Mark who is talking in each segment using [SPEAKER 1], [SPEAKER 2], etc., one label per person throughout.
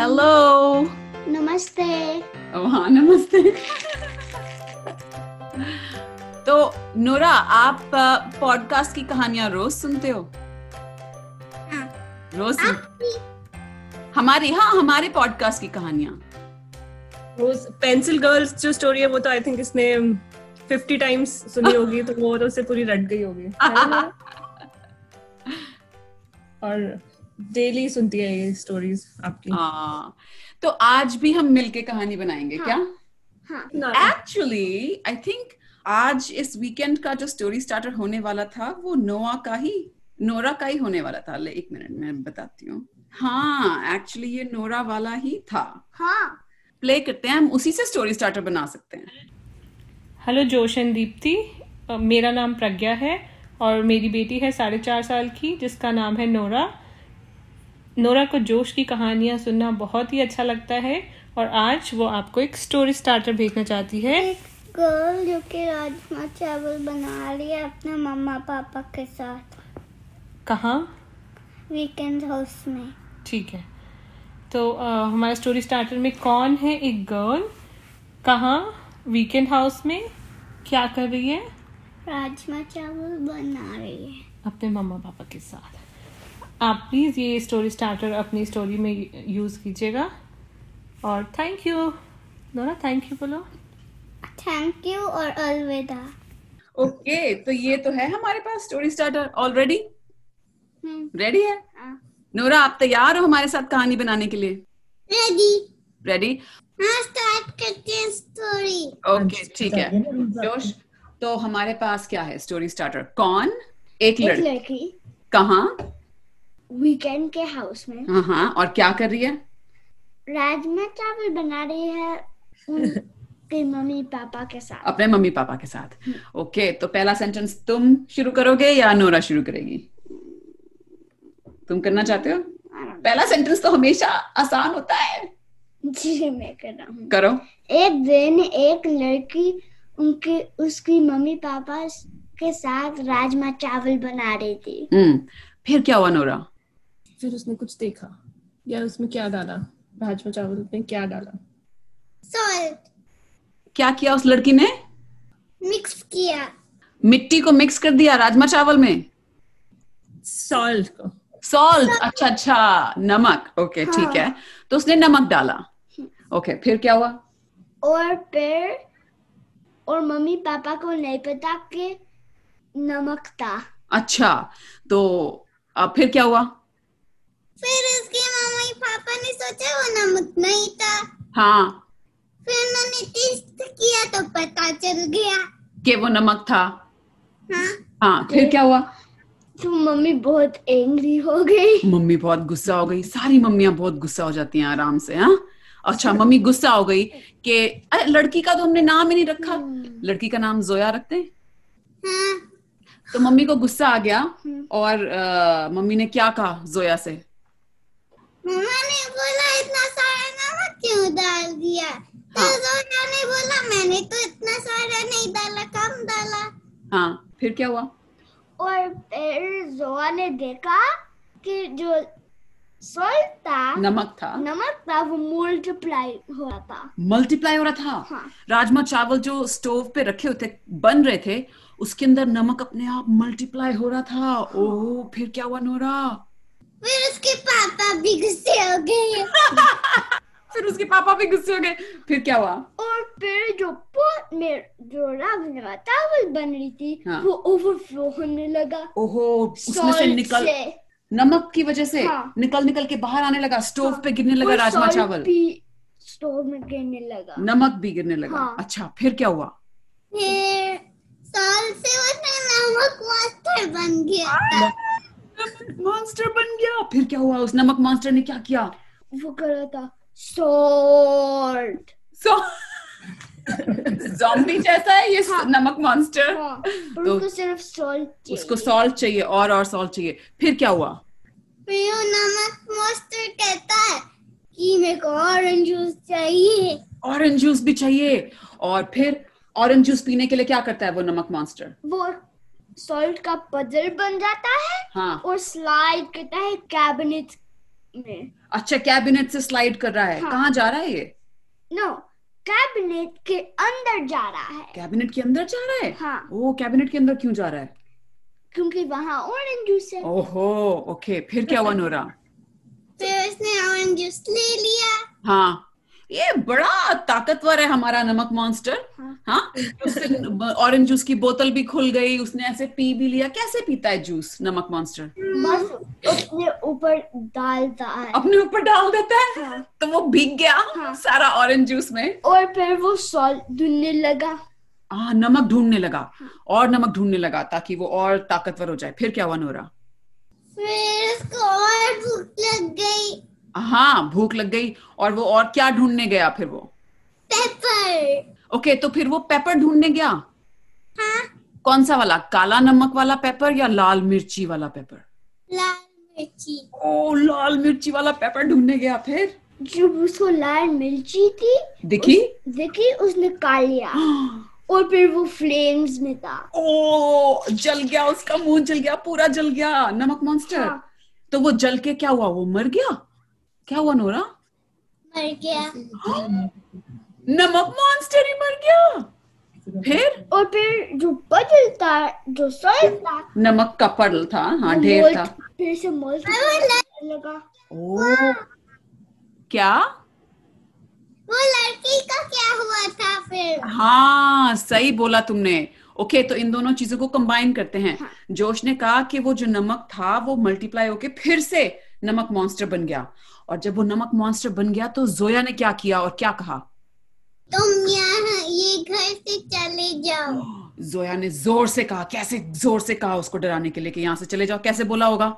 [SPEAKER 1] Hello.
[SPEAKER 2] नमस्ते
[SPEAKER 1] Oh, हाँ नमस्ते तो नोरा आप पॉडकास्ट की कहानियां रोज सुनते हो
[SPEAKER 2] हाँ।
[SPEAKER 1] रोज सुनते हमारे हाँ हमारे पॉडकास्ट की कहानियां
[SPEAKER 3] रोज पेंसिल गर्ल्स जो स्टोरी है वो तो आई थिंक इसने फिफ्टी टाइम्स सुनी होगी तो वो तो उससे पूरी रट गई होगी है ना? और डेली सुनती है ये स्टोरीज आपकी
[SPEAKER 1] हाँ तो आज भी हम मिलके कहानी बनाएंगे
[SPEAKER 2] हाँ।
[SPEAKER 1] क्या
[SPEAKER 2] हाँ
[SPEAKER 3] ना-
[SPEAKER 1] एक्चुअली आई थिंक आज इस वीकेंड का जो स्टोरी स्टार्टर होने वाला था वो नोआ का ही नोरा का ही होने वाला था ले एक मिनट मैं बताती हूँ हाँ एक्चुअली ये नोरा वाला ही था
[SPEAKER 2] हाँ
[SPEAKER 1] प्ले करते हैं हम उसी से स्टोरी स्टार्टर बना सकते हैं
[SPEAKER 4] हेलो जोश एंड दीप्ति अ, मेरा नाम प्रज्ञा है और मेरी बेटी है साढ़े चार साल की जिसका नाम है नोरा नोरा को जोश की कहानियाँ सुनना बहुत ही अच्छा लगता है और आज वो आपको एक स्टोरी स्टार्टर भेजना चाहती है
[SPEAKER 2] गर्ल जो कि राजमा चावल बना रही है अपने मम्मा पापा के साथ
[SPEAKER 4] कहाँ
[SPEAKER 2] वीकेंड हाउस में
[SPEAKER 4] ठीक है तो अ, हमारा स्टोरी स्टार्टर में कौन है एक गर्ल कहाँ वीकेंड हाउस में क्या कर रही है
[SPEAKER 2] राजमा चावल बना रही है
[SPEAKER 4] अपने मम्मा पापा के साथ आप प्लीज़ ये स्टोरी स्टार्टर अपनी स्टोरी में यूज़ कीजिएगा और thank you Nora thank you बोलो
[SPEAKER 2] थैंक यू और अलविदा
[SPEAKER 1] ओके तो ये तो है हमारे पास story starter already
[SPEAKER 2] hmm,
[SPEAKER 1] ready है
[SPEAKER 2] हाँ।
[SPEAKER 1] नोरा आप तैयार हो हमारे साथ कहानी बनाने के लिए
[SPEAKER 2] रेडी
[SPEAKER 1] रेडी
[SPEAKER 2] हाँ स्टार्ट करते हैं स्टोरी
[SPEAKER 1] ओके ठीक है जोश तो हमारे पास क्या है स्टोरी स्टार्टर कौन एक
[SPEAKER 2] एक
[SPEAKER 1] लड़की
[SPEAKER 2] लड़की
[SPEAKER 1] कहाँ
[SPEAKER 2] वीकेंड के हाउस में
[SPEAKER 1] हाँ हाँ और क्या कर रही है
[SPEAKER 2] राजमा चावल बना रही है उनके मम्मी पापा के साथ
[SPEAKER 1] अपने मम्मी पापा के साथ ओके तो पहला सेंटेंस तुम शुरू करोगे या नोरा शुरू करेगी तुम करना चाहते हो पहला सेंटेंस तो हमेशा आसान होता है
[SPEAKER 2] जी मैं कर रहा हूँ
[SPEAKER 1] करो
[SPEAKER 2] एक दिन एक लड़की उनके उसकी मम्मी पापा के साथ राजमा चावल बना रही थी
[SPEAKER 1] हम्म फिर क्या हुआ नोरा
[SPEAKER 3] फिर उसने कुछ देखा यार उसमें क्या डाला भाजपा चावल में क्या डाला
[SPEAKER 2] सॉल्ट
[SPEAKER 1] क्या किया उस लड़की ने
[SPEAKER 2] मिक्स किया
[SPEAKER 1] मिट्टी को मिक्स कर दिया राजमा चावल में
[SPEAKER 3] सॉल्ट को
[SPEAKER 1] सॉल्ट अच्छा अच्छा नमक ओके
[SPEAKER 2] हाँ।
[SPEAKER 1] ठीक है तो उसने नमक डाला ओके फिर क्या हुआ
[SPEAKER 2] और फिर और मम्मी पापा को नहीं पता कि नमक था
[SPEAKER 1] अच्छा तो अब फिर क्या हुआ
[SPEAKER 2] फिर उसके मम्मी पापा ने सोचा वो नमक नहीं था
[SPEAKER 1] हाँ
[SPEAKER 2] फिर उन्होंने टेस्ट किया तो पता चल गया
[SPEAKER 1] कि वो नमक था
[SPEAKER 2] हाँ
[SPEAKER 1] हाँ फिर क्या हुआ
[SPEAKER 2] तो मम्मी बहुत एंग्री हो गई
[SPEAKER 1] मम्मी बहुत गुस्सा हो गई सारी मम्मियां बहुत गुस्सा हो जाती हैं आराम से हाँ अच्छा मम्मी गुस्सा हो गई कि अरे लड़की का तो हमने नाम ही नहीं रखा
[SPEAKER 2] हम्म।
[SPEAKER 1] लड़की का नाम जोया रखते हैं
[SPEAKER 2] हाँ
[SPEAKER 1] तो मम्मी को गुस्सा आ गया
[SPEAKER 2] हम्म।
[SPEAKER 1] और अ, मम्मी ने क्या कहा जोया से
[SPEAKER 2] मम्मा ने बोला इतना सारा नमक क्यों डाल दिया तो
[SPEAKER 1] हाँ।
[SPEAKER 2] जोया ने बोला मैंने तो इतना सारा नहीं डाला कम डाला
[SPEAKER 1] हाँ फिर क्या हुआ
[SPEAKER 2] और फिर जोया ने देखा कि जो सॉल्ट था
[SPEAKER 1] नमक था
[SPEAKER 2] नमक था वो मल्टीप्लाई हो रहा था
[SPEAKER 1] मल्टीप्लाई हो रहा था
[SPEAKER 2] हाँ।
[SPEAKER 1] राजमा चावल जो स्टोव पे रखे होते बन रहे थे उसके अंदर नमक अपने आप मल्टीप्लाई हो रहा था
[SPEAKER 2] हाँ।
[SPEAKER 1] ओह फिर क्या हुआ नोरा
[SPEAKER 2] फिर उसके पापा भी गुस्से हो गए
[SPEAKER 1] फिर उसके पापा भी गुस्से हो गए फिर क्या हुआ
[SPEAKER 2] और फिर जो पोट में जो राजमा चावल बन रही थी
[SPEAKER 1] हाँ।
[SPEAKER 2] वो ओवरफ्लो होने लगा
[SPEAKER 1] ओहो उसमें से
[SPEAKER 2] सॉल्ट
[SPEAKER 1] निकल नमक की वजह से
[SPEAKER 2] हाँ।
[SPEAKER 1] निकल निकल के बाहर आने लगा स्टोव
[SPEAKER 2] हाँ।
[SPEAKER 1] पे गिरने लगा
[SPEAKER 2] और
[SPEAKER 1] राजमा
[SPEAKER 2] सॉल्ट
[SPEAKER 1] चावल
[SPEAKER 2] भी स्टोव में गिरने लगा
[SPEAKER 1] नमक भी गिरने लगा
[SPEAKER 2] हाँ।
[SPEAKER 1] अच्छा फिर क्या हुआ
[SPEAKER 2] फिर सॉल्ट से वो नमक मॉन्स्टर बन गया था
[SPEAKER 1] मॉन्स्टर बन गया फिर क्या हुआ उस नमक मॉन्स्टर ने क्या किया
[SPEAKER 2] वो कर रहा था सॉल्ट
[SPEAKER 1] सो जॉम्बी जैसा है ये नमक मॉन्स्टर
[SPEAKER 2] हाँ पर
[SPEAKER 1] तो-
[SPEAKER 2] उनको सिर्फ सॉल्ट
[SPEAKER 1] उसको सॉल्ट चाहिए और और सॉल्ट चाहिए फिर क्या हुआ
[SPEAKER 2] फिर वो नमक मॉन्स्टर कहता है कि मेरे को ऑरेंज जूस चाहिए
[SPEAKER 1] ऑरेंज जूस भी चाहिए और फिर ऑरेंज जूस पीने के लिए क्या करता है वो नमक मॉन्स्टर
[SPEAKER 2] वो सॉल्ट का पजल बन जाता है
[SPEAKER 1] हाँ
[SPEAKER 2] और स्लाइड करता है कैबिनेट में
[SPEAKER 1] अच्छा कैबिनेट से स्लाइड कर रहा है
[SPEAKER 2] हाँ।
[SPEAKER 1] कहाँ जा रहा है ये
[SPEAKER 2] नो कैबिनेट के अंदर जा रहा है
[SPEAKER 1] कैबिनेट के अंदर जा रहा है
[SPEAKER 2] हाँ
[SPEAKER 1] ओ कैबिनेट के अंदर क्यों जा रहा है
[SPEAKER 2] क्योंकि वहाँ ऑरेंज जूस है
[SPEAKER 1] ओहो ओके फिर क्या हुआ नोरा
[SPEAKER 2] फिर उसने ऑरेंज जूस ले लिया
[SPEAKER 1] हाँ ये बड़ा ताकतवर है हमारा नमक मॉन्स्टर
[SPEAKER 2] हाँ।
[SPEAKER 1] हाँ उससे ऑरेंज जूस की बोतल भी खुल गई उसने ऐसे पी भी लिया कैसे पीता है जूस नमक मॉन्स्टर
[SPEAKER 2] बस अपने ऊपर डालता है
[SPEAKER 1] अपने ऊपर डाल देता है
[SPEAKER 2] हाँ।
[SPEAKER 1] तो वो भीग गया
[SPEAKER 2] हाँ।
[SPEAKER 1] सारा ऑरेंज जूस में
[SPEAKER 2] और फिर वो सॉल्ट धुलने लगा
[SPEAKER 1] हाँ नमक ढूंढने लगा
[SPEAKER 2] हाँ।
[SPEAKER 1] और नमक ढूंढने लगा ताकि वो और ताकतवर हो जाए फिर क्या हुआ नोरा
[SPEAKER 2] फिर उसको और भूख लग गई
[SPEAKER 1] हाँ भूख लग गई और वो और क्या ढूंढने गया फिर वो
[SPEAKER 2] पेपर
[SPEAKER 1] ओके तो फिर वो पेपर ढूंढने गया
[SPEAKER 2] हाँ।
[SPEAKER 1] कौन सा वाला काला नमक वाला पेपर या लाल मिर्ची वाला पेपर
[SPEAKER 2] लाल मिर्ची
[SPEAKER 1] ओ लाल मिर्ची वाला पेपर ढूंढने गया फिर
[SPEAKER 2] जब उसको लाल मिर्ची थी
[SPEAKER 1] दिखी
[SPEAKER 2] देखी उसने खा लिया और फिर वो फ्लेम्स में था
[SPEAKER 1] ओ जल गया उसका मुंह जल गया पूरा जल गया नमक मॉन्स्टर
[SPEAKER 2] हाँ।
[SPEAKER 1] तो वो जल के क्या हुआ वो मर गया क्या हुआ नोरा
[SPEAKER 2] मर गया
[SPEAKER 1] नमक मॉन्स्टर ही मर गया फिर
[SPEAKER 2] और फिर जो बदल था जो सॉल्ट था
[SPEAKER 1] नमक का पर्ल था हाँ
[SPEAKER 2] वो
[SPEAKER 1] ढेर
[SPEAKER 2] molt-
[SPEAKER 1] था
[SPEAKER 2] फिर से मोल्ट लगा
[SPEAKER 1] ओ क्या
[SPEAKER 2] वो लड़की का क्या हुआ था फिर
[SPEAKER 1] हाँ सही बोला तुमने ओके तो इन दोनों चीजों को कंबाइन करते हैं
[SPEAKER 2] हाँ।
[SPEAKER 1] जोश ने कहा कि वो जो नमक था वो मल्टीप्लाई होके फिर से नमक मॉन्स्टर बन गया और जब वो नमक मॉन्स्टर बन गया तो जोया ने क्या किया और क्या कहा
[SPEAKER 2] तुम यहाँ ये घर से चले जाओ
[SPEAKER 1] जोया ने जोर से कहा कैसे जोर से कहा उसको डराने के लिए कि यहाँ से चले जाओ कैसे बोला होगा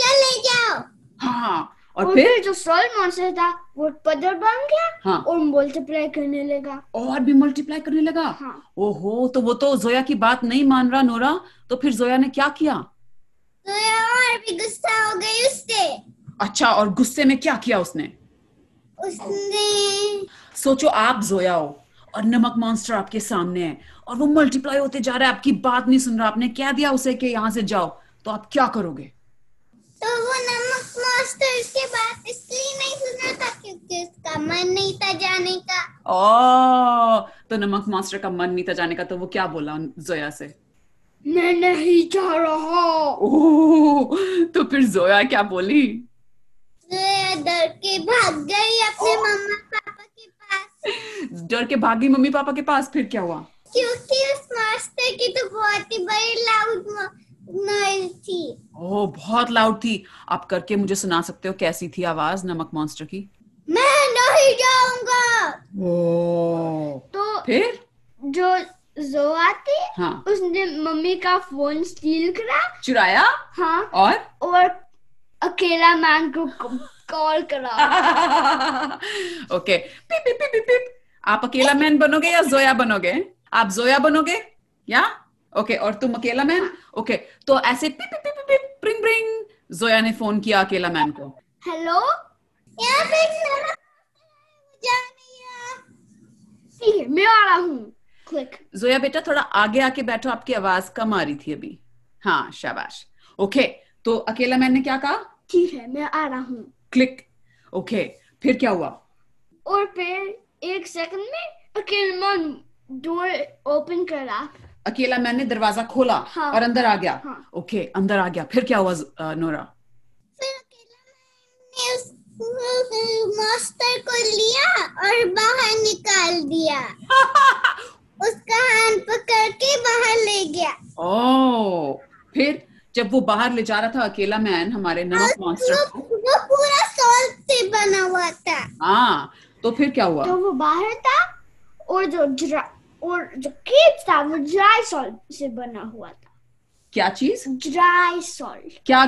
[SPEAKER 2] चले जाओ
[SPEAKER 1] हाँ और
[SPEAKER 2] और
[SPEAKER 1] फिर
[SPEAKER 2] फिर जो सॉल्ट मॉन्स्टर था वो पदर बन गया
[SPEAKER 1] हाँ
[SPEAKER 2] और मल्टीप्लाई करने लगा
[SPEAKER 1] और भी मल्टीप्लाई करने लगा
[SPEAKER 2] हाँ।
[SPEAKER 1] ओहो तो वो तो जोया की बात नहीं मान रहा नोरा तो फिर जोया ने क्या किया
[SPEAKER 2] तो और भी गुस्सा हो गई उससे
[SPEAKER 1] अच्छा और गुस्से में क्या किया उसने
[SPEAKER 2] उसने
[SPEAKER 1] सोचो आप जोया हो और नमक मॉन्स्टर आपके सामने है और वो मल्टीप्लाई होते जा रहा है आपकी बात नहीं सुन रहा आपने क्या दिया उसे कि यहाँ से जाओ तो आप क्या करोगे
[SPEAKER 2] तो वो नमक मास्टर के बात इसलिए नहीं सुन रहा था क्योंकि उसका मन नहीं था जाने का
[SPEAKER 1] ओ तो नमक मॉन्स्टर का मन नहीं था जाने का तो वो क्या बोला जोया से
[SPEAKER 2] मैं नहीं जा रहा
[SPEAKER 1] ओह तो फिर जोया क्या बोली
[SPEAKER 2] तो डर के भाग गई अपने मम्मा पापा के पास
[SPEAKER 1] डर के भागी मम्मी पापा के पास फिर क्या हुआ
[SPEAKER 2] क्योंकि उस मास्टर की तो बहुत ही बड़ी लाउड नॉइज थी
[SPEAKER 1] ओह बहुत लाउड थी आप करके मुझे सुना सकते हो कैसी थी आवाज नमक मॉन्स्टर की
[SPEAKER 2] मैं नहीं जाऊंगा
[SPEAKER 1] ओह
[SPEAKER 2] तो
[SPEAKER 1] फिर
[SPEAKER 2] जो जोआ थी
[SPEAKER 1] हाँ
[SPEAKER 2] उसने मम्मी का फोन स्टील करा
[SPEAKER 1] चुराया
[SPEAKER 2] हाँ
[SPEAKER 1] और
[SPEAKER 2] और अकेला मैन को कॉल करा
[SPEAKER 1] ओके पिप पिप पिप पिप पिप। आप अकेला मैन बनोगे या जोया बनोगे आप जोया बनोगे या ओके और तुम अकेला मैन ओके तो ऐसे पिप पिप पिप पिप पिप प्रिंग प्रिंग जोया ने फोन किया अकेला मैन को
[SPEAKER 2] हेलो यहाँ पे एक नमक जा नहीं रहा ठीक है मैं आ रहा हूँ क्लिक
[SPEAKER 1] जोया बेटा थोड़ा आगे आके बैठो आपकी आवाज कम आ रही थी अभी हाँ शाबाश ओके तो अकेला मैन ने क्या कहा
[SPEAKER 2] ठीक है मैं आ रहा हूँ
[SPEAKER 1] क्लिक ओके फिर क्या हुआ
[SPEAKER 2] और फिर एक सेकंड में अकेलमन डोर ओपन करा
[SPEAKER 1] अकेला मैन ने दरवाजा खोला
[SPEAKER 2] हाँ।
[SPEAKER 1] और अंदर आ गया
[SPEAKER 2] हाँ।
[SPEAKER 1] ओके अंदर आ गया फिर क्या हुआ अ, नोरा
[SPEAKER 2] फिर अकेलमन ने उस मास्टर को लिया और बाहर निकाल दिया उसका हाथ पकड़ के बाहर ले गया
[SPEAKER 1] ओ फिर जब वो बाहर ले जा रहा था अकेला मैन हमारे नमक मॉन्स्टर को
[SPEAKER 2] वो पूरा सॉल्ट से बना हुआ था
[SPEAKER 1] हाँ तो फिर क्या हुआ
[SPEAKER 2] तो वो बाहर था और जो जरा और जो केक था वो ड्राई सॉल्ट से बना हुआ था
[SPEAKER 1] क्या चीज
[SPEAKER 2] ड्राई सॉल्ट
[SPEAKER 1] क्या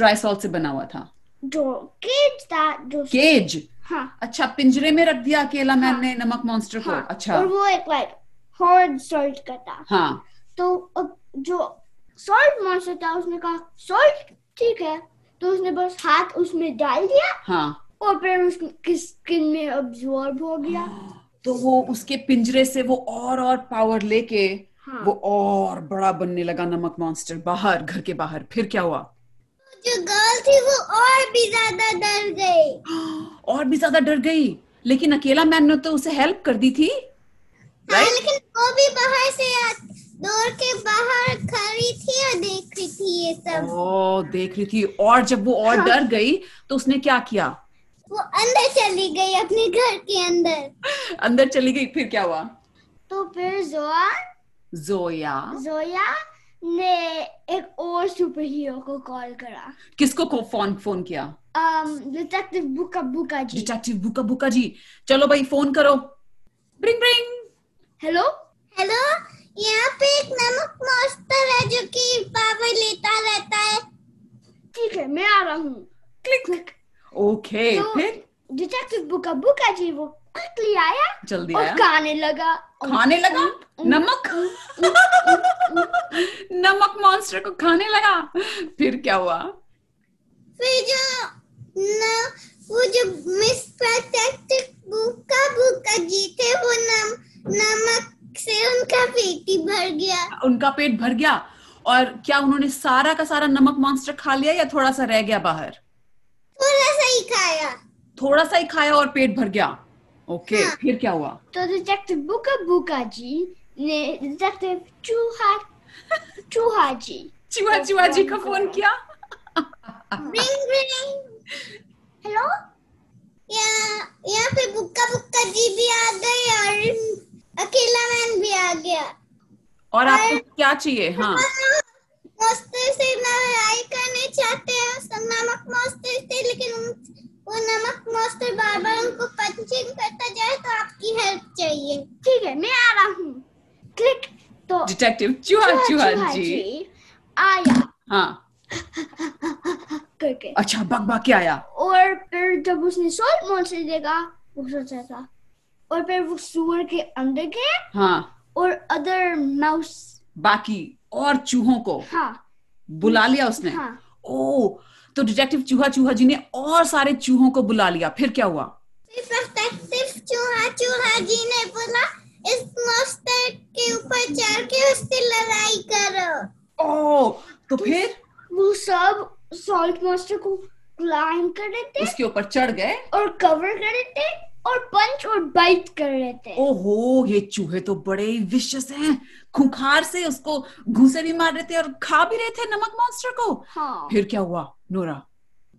[SPEAKER 1] ड्राई सॉल्ट से बना हुआ था
[SPEAKER 2] जो केक था जो
[SPEAKER 1] केज
[SPEAKER 2] हाँ
[SPEAKER 1] अच्छा पिंजरे में रख दिया अकेला मैन
[SPEAKER 2] हाँ।
[SPEAKER 1] ने नमक मॉन्स्टर को
[SPEAKER 2] हाँ
[SPEAKER 1] अच्छा
[SPEAKER 2] और वो एक लाइक हॉर्ड सॉल्ट का था
[SPEAKER 1] हाँ
[SPEAKER 2] तो अब जो सॉल्ट मॉन्स्टर था उसने कहा सॉल्ट ठीक है तो उसने बस हाथ उसमें डाल दिया
[SPEAKER 1] हाँ
[SPEAKER 2] और फिर उसकी स्किन में अब्जॉर्ब हो गया
[SPEAKER 1] तो वो उसके पिंजरे से वो और और पावर लेके
[SPEAKER 2] हाँ
[SPEAKER 1] वो और बड़ा बनने लगा नमक मॉन्स्टर बाहर घर के बाहर फिर क्या हुआ
[SPEAKER 2] जो गर्ल थी वो और भी ज्यादा डर गई हाँ,
[SPEAKER 1] और भी ज्यादा डर गई लेकिन अकेला मैन ने तो उसे हेल्प कर दी थी
[SPEAKER 2] हाँ लेकिन वो भी बाहर से आ- दौड़ के बाहर खड़ी थी और देख रही थी ये सब
[SPEAKER 1] ओ देख रही थी और जब वो और
[SPEAKER 5] हाँ।
[SPEAKER 1] डर गई तो उसने क्या किया
[SPEAKER 2] वो अंदर चली गई अपने घर के अंदर
[SPEAKER 1] अंदर चली गई फिर क्या हुआ
[SPEAKER 5] तो फिर जोआ
[SPEAKER 1] जोया
[SPEAKER 5] जोया ने एक और सुपर हीरो को कॉल करा
[SPEAKER 1] किसको को फोन फोन किया
[SPEAKER 5] um, डिटेक्टिव बुका बुका जी
[SPEAKER 1] डिटेक्टिव बुका बुका जी चलो भाई फोन करो ब्रिंग ब्रिंग
[SPEAKER 5] हेलो
[SPEAKER 2] हेलो यहाँ पे एक नमक मॉन्स्टर है जो कि पावर लेता रहता है
[SPEAKER 5] ठीक है मैं आ रहा हूँ क्लिक
[SPEAKER 1] ओके
[SPEAKER 5] तो-
[SPEAKER 1] फिर
[SPEAKER 5] डिटेक्टिव बुका बुका जी वो क्विकली आया
[SPEAKER 1] जल्दी
[SPEAKER 5] और
[SPEAKER 1] आया
[SPEAKER 5] खाने लगा
[SPEAKER 1] खाने लगा नमक नमक मॉन्स्टर को खाने लगा फिर क्या हुआ
[SPEAKER 2] फिर जो न, वो जो मिस प्रोटेक्टिव बुका बुका जी थे वो नम, नमक से उनका पेट ही भर गया
[SPEAKER 1] उनका पेट भर गया और क्या उन्होंने सारा का सारा नमक मॉन्स्टर खा लिया या थोड़ा सा रह गया बाहर
[SPEAKER 2] थोड़ा सा ही खाया
[SPEAKER 1] थोड़ा सा ही खाया और पेट भर गया ओके फिर क्या हुआ
[SPEAKER 5] तो डिटेक्टिव बुका बुका जी ने डिटेक्टिव चूहा चूहा जी
[SPEAKER 1] चूहा चूहा जी का फोन किया
[SPEAKER 2] रिंग रिंग
[SPEAKER 5] हेलो
[SPEAKER 2] यहाँ यहाँ पे बुक्का बुक्का जी भी आ गए और अकेला मैन भी आ गया
[SPEAKER 1] और आपको क्या चाहिए हाँ
[SPEAKER 2] मॉस्टर से लड़ाई करने चाहते हैं उस नमक मॉस्टर से लेकिन उन- वो नमक मॉस्टर बार बार उनको पंचिंग करता जाए तो आपकी हेल्प चाहिए
[SPEAKER 5] ठीक है मैं आ रहा हूँ क्लिक तो अच्छा
[SPEAKER 1] डिटेक्टिव चूहा चूहा हाँ जी
[SPEAKER 5] आया
[SPEAKER 1] हाँ
[SPEAKER 5] करके
[SPEAKER 1] अच्छा बग बग के आया
[SPEAKER 5] और फिर जब उसने सोल मोल से देखा वो सोचा था और फिर वो सुअर के अंदर गए
[SPEAKER 1] हाँ
[SPEAKER 5] और अदर माउस
[SPEAKER 1] बाकी और चूहों को
[SPEAKER 5] हाँ
[SPEAKER 1] बुला लिया उसने
[SPEAKER 5] हाँ
[SPEAKER 1] ओ तो डिटेक्टिव चूहा चूहा जी ने और सारे चूहों को बुला लिया फिर क्या हुआ
[SPEAKER 2] फिर प्रोटेक्टिव चूहा चूहा जी ने बोला इस मॉस्टर के ऊपर चढ़ के उससे लड़ाई करो
[SPEAKER 1] ओ तो फिर
[SPEAKER 5] वो सब सॉल्ट मॉन्स्टर को क्लाइम कर रहे थे
[SPEAKER 1] उसके ऊपर चढ़ गए
[SPEAKER 5] और कवर कर रहे थे और पंच और बाइट कर रहे थे
[SPEAKER 1] ओहो ये चूहे तो बड़े ही विशेष हैं खुंखार से उसको घूसे भी मार रहे थे और खा भी रहे थे नमक मॉन्स्टर को
[SPEAKER 5] हाँ
[SPEAKER 1] फिर क्या हुआ नोरा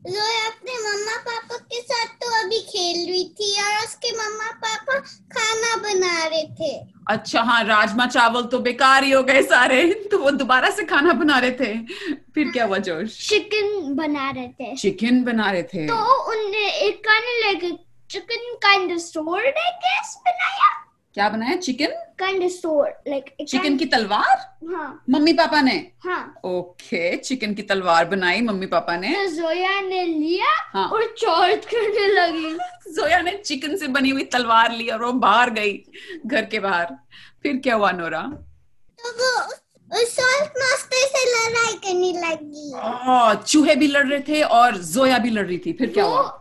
[SPEAKER 2] रोय अपने मम्मा पापा के साथ तो अभी खेल रही थी और उसके मम्मा पापा खाना बना रहे थे
[SPEAKER 1] अच्छा हाँ राजमा चावल तो बेकार ही हो गए सारे तो वो दोबारा से खाना बना रहे थे फिर क्या हुआ जोश
[SPEAKER 5] चिकन बना रहे थे
[SPEAKER 1] चिकन बना रहे थे
[SPEAKER 5] तो उनने एक काने लेके chicken kind of sword I guess बनाया
[SPEAKER 1] क्या बनाया chicken
[SPEAKER 5] kind of sword like
[SPEAKER 1] chicken की तलवार
[SPEAKER 5] हाँ
[SPEAKER 1] मम्मी पापा ने
[SPEAKER 5] हाँ
[SPEAKER 1] ओके चिकन की तलवार बनाई मम्मी पापा ने
[SPEAKER 5] तो जोया ने लिया
[SPEAKER 1] हाँ।
[SPEAKER 5] और चोट करने लगी
[SPEAKER 1] जोया ने चिकन से बनी हुई तलवार ली और वो बाहर गई घर के बाहर फिर क्या हुआ नोरा
[SPEAKER 2] तो वो उस सॉल्ट मास्टर से लड़ाई करने लगी
[SPEAKER 1] आ, हाँ, चूहे भी लड़ रहे थे और जोया भी लड़ रही थी फिर क्या
[SPEAKER 5] वो
[SPEAKER 1] हुआ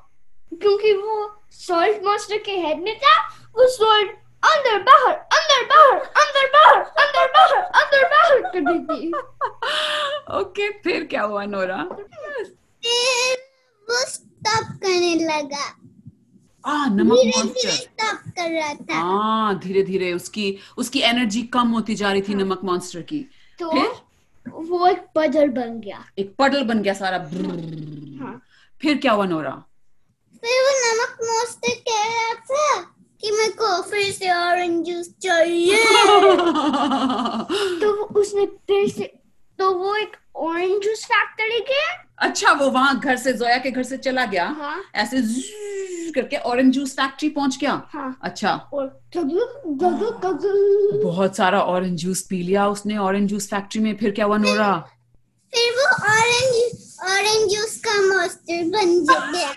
[SPEAKER 5] क्योंकि वो सॉल्ट मॉन्स्टर के हेड में था वो सॉल्ट अंदर बाहर अंदर बाहर अंदर बाहर अंदर बाहर अंदर बाहर कर देती
[SPEAKER 1] ओके फिर क्या हुआ नोरा
[SPEAKER 2] फिर वो स्टॉप करने लगा
[SPEAKER 1] आ हाँ, नमक
[SPEAKER 2] धीरे धीरे
[SPEAKER 1] मॉन्स्टर
[SPEAKER 2] स्टॉप कर रहा था
[SPEAKER 1] हाँ धीरे धीरे उसकी उसकी एनर्जी कम होती जा रही थी नमक मॉन्स्टर की
[SPEAKER 5] तो
[SPEAKER 1] फिर
[SPEAKER 5] वो एक पजल बन गया
[SPEAKER 1] एक पडल बन गया सारा ब्रर्र।
[SPEAKER 5] हाँ।
[SPEAKER 1] फिर क्या हुआ नोरा
[SPEAKER 2] फिर वो नमक मॉन्स्टर कह रहा था कि मेरे को फिर से ऑरेंज जूस चाहिए
[SPEAKER 5] तो वो उसने फिर से तो वो एक ऑरेंज जूस फैक्ट्री गया
[SPEAKER 1] अच्छा वो वहां घर से जोया के घर से चला गया
[SPEAKER 5] हाँ
[SPEAKER 1] ऐसे zzzz करके ऑरेंज जूस फैक्ट्री पहुंच गया
[SPEAKER 5] हाँ
[SPEAKER 1] अच्छा
[SPEAKER 5] और गगुक गगुक गगुक
[SPEAKER 1] बहुत सारा ऑरेंज जूस पी लिया उसने ऑरेंज जूस फैक्ट्री में फिर क्या हुआ नोरा
[SPEAKER 2] फिर वो ऑरेंज ऑरेंज जूस का मॉन्स्टर बन गया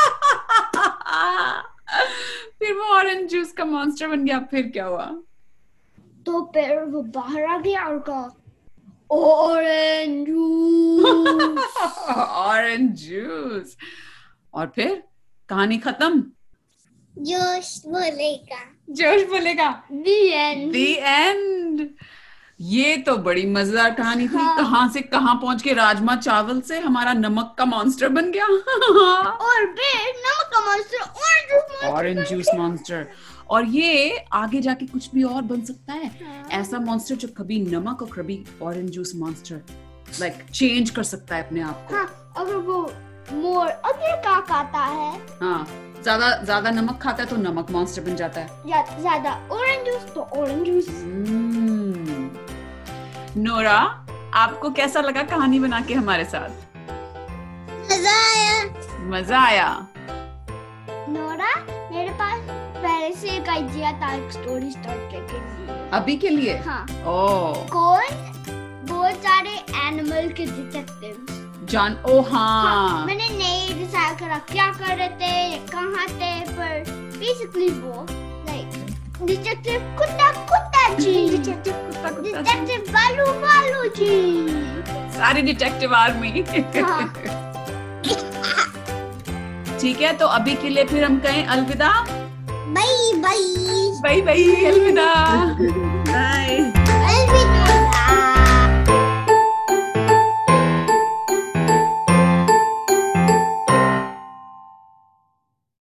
[SPEAKER 1] फिर वो ऑरेंज जूस का मॉन्स्टर बन गया फिर क्या हुआ
[SPEAKER 5] तो फिर वो बाहर आ गया और कहा ऑरेंज जूस
[SPEAKER 1] ऑरेंज जूस और फिर कहानी खत्म
[SPEAKER 2] जोश बोलेगा
[SPEAKER 1] जोश बोलेगा
[SPEAKER 5] The end.
[SPEAKER 1] the end ये तो बड़ी मजेदार कहानी थी कहाँ से कहाँ पहुंच के राजमा चावल से हमारा नमक का मॉन्स्टर बन गया
[SPEAKER 6] और फिर नमक का monster, orange juice monster
[SPEAKER 1] orange juice monster और ये आगे जाके कुछ भी और बन सकता है ऐसा मॉन्स्टर जो कभी नमक और कभी orange juice monster like change कर सकता है अपने आप को
[SPEAKER 2] हाँ अगर वो मोर अगर काक आता है
[SPEAKER 1] हाँ ज्यादा ज्यादा नमक खाता है तो नमक मॉन्स्टर बन जाता है
[SPEAKER 2] या ज्यादा ऑरेंज जूस तो ऑरेंज जूस
[SPEAKER 1] हम्म। नोरा आपको कैसा लगा कहानी बना के हमारे साथ
[SPEAKER 6] मजा आया
[SPEAKER 1] मजा आया
[SPEAKER 2] नोरा मेरे पास पहले से एक आइडिया था एक स्टोरी स्टार्ट करने के लिए
[SPEAKER 1] अभी के लिए
[SPEAKER 2] हाँ
[SPEAKER 1] ओ
[SPEAKER 2] कौन बहुत सारे एनिमल के डिटेक्टिव्स
[SPEAKER 1] जान ओ हाँ
[SPEAKER 2] मैंने नहीं डिसाइड करा क्या कर रहे थे या कहाँ थे पर बेसिकली वो लाइक डिटेक्टिव कुत्ता कुत्ता जी
[SPEAKER 1] डिटेक्टिव कुत्ता कुत्ता जी।
[SPEAKER 2] डिटेक्टिव बालू बालू जी
[SPEAKER 1] सारे डिटेक्टिव आर्मी
[SPEAKER 2] हाँ।
[SPEAKER 1] ठीक है तो अभी के लिए फिर हम कहें अलविदा
[SPEAKER 6] बाय बाय
[SPEAKER 1] बाय बाय अलविदा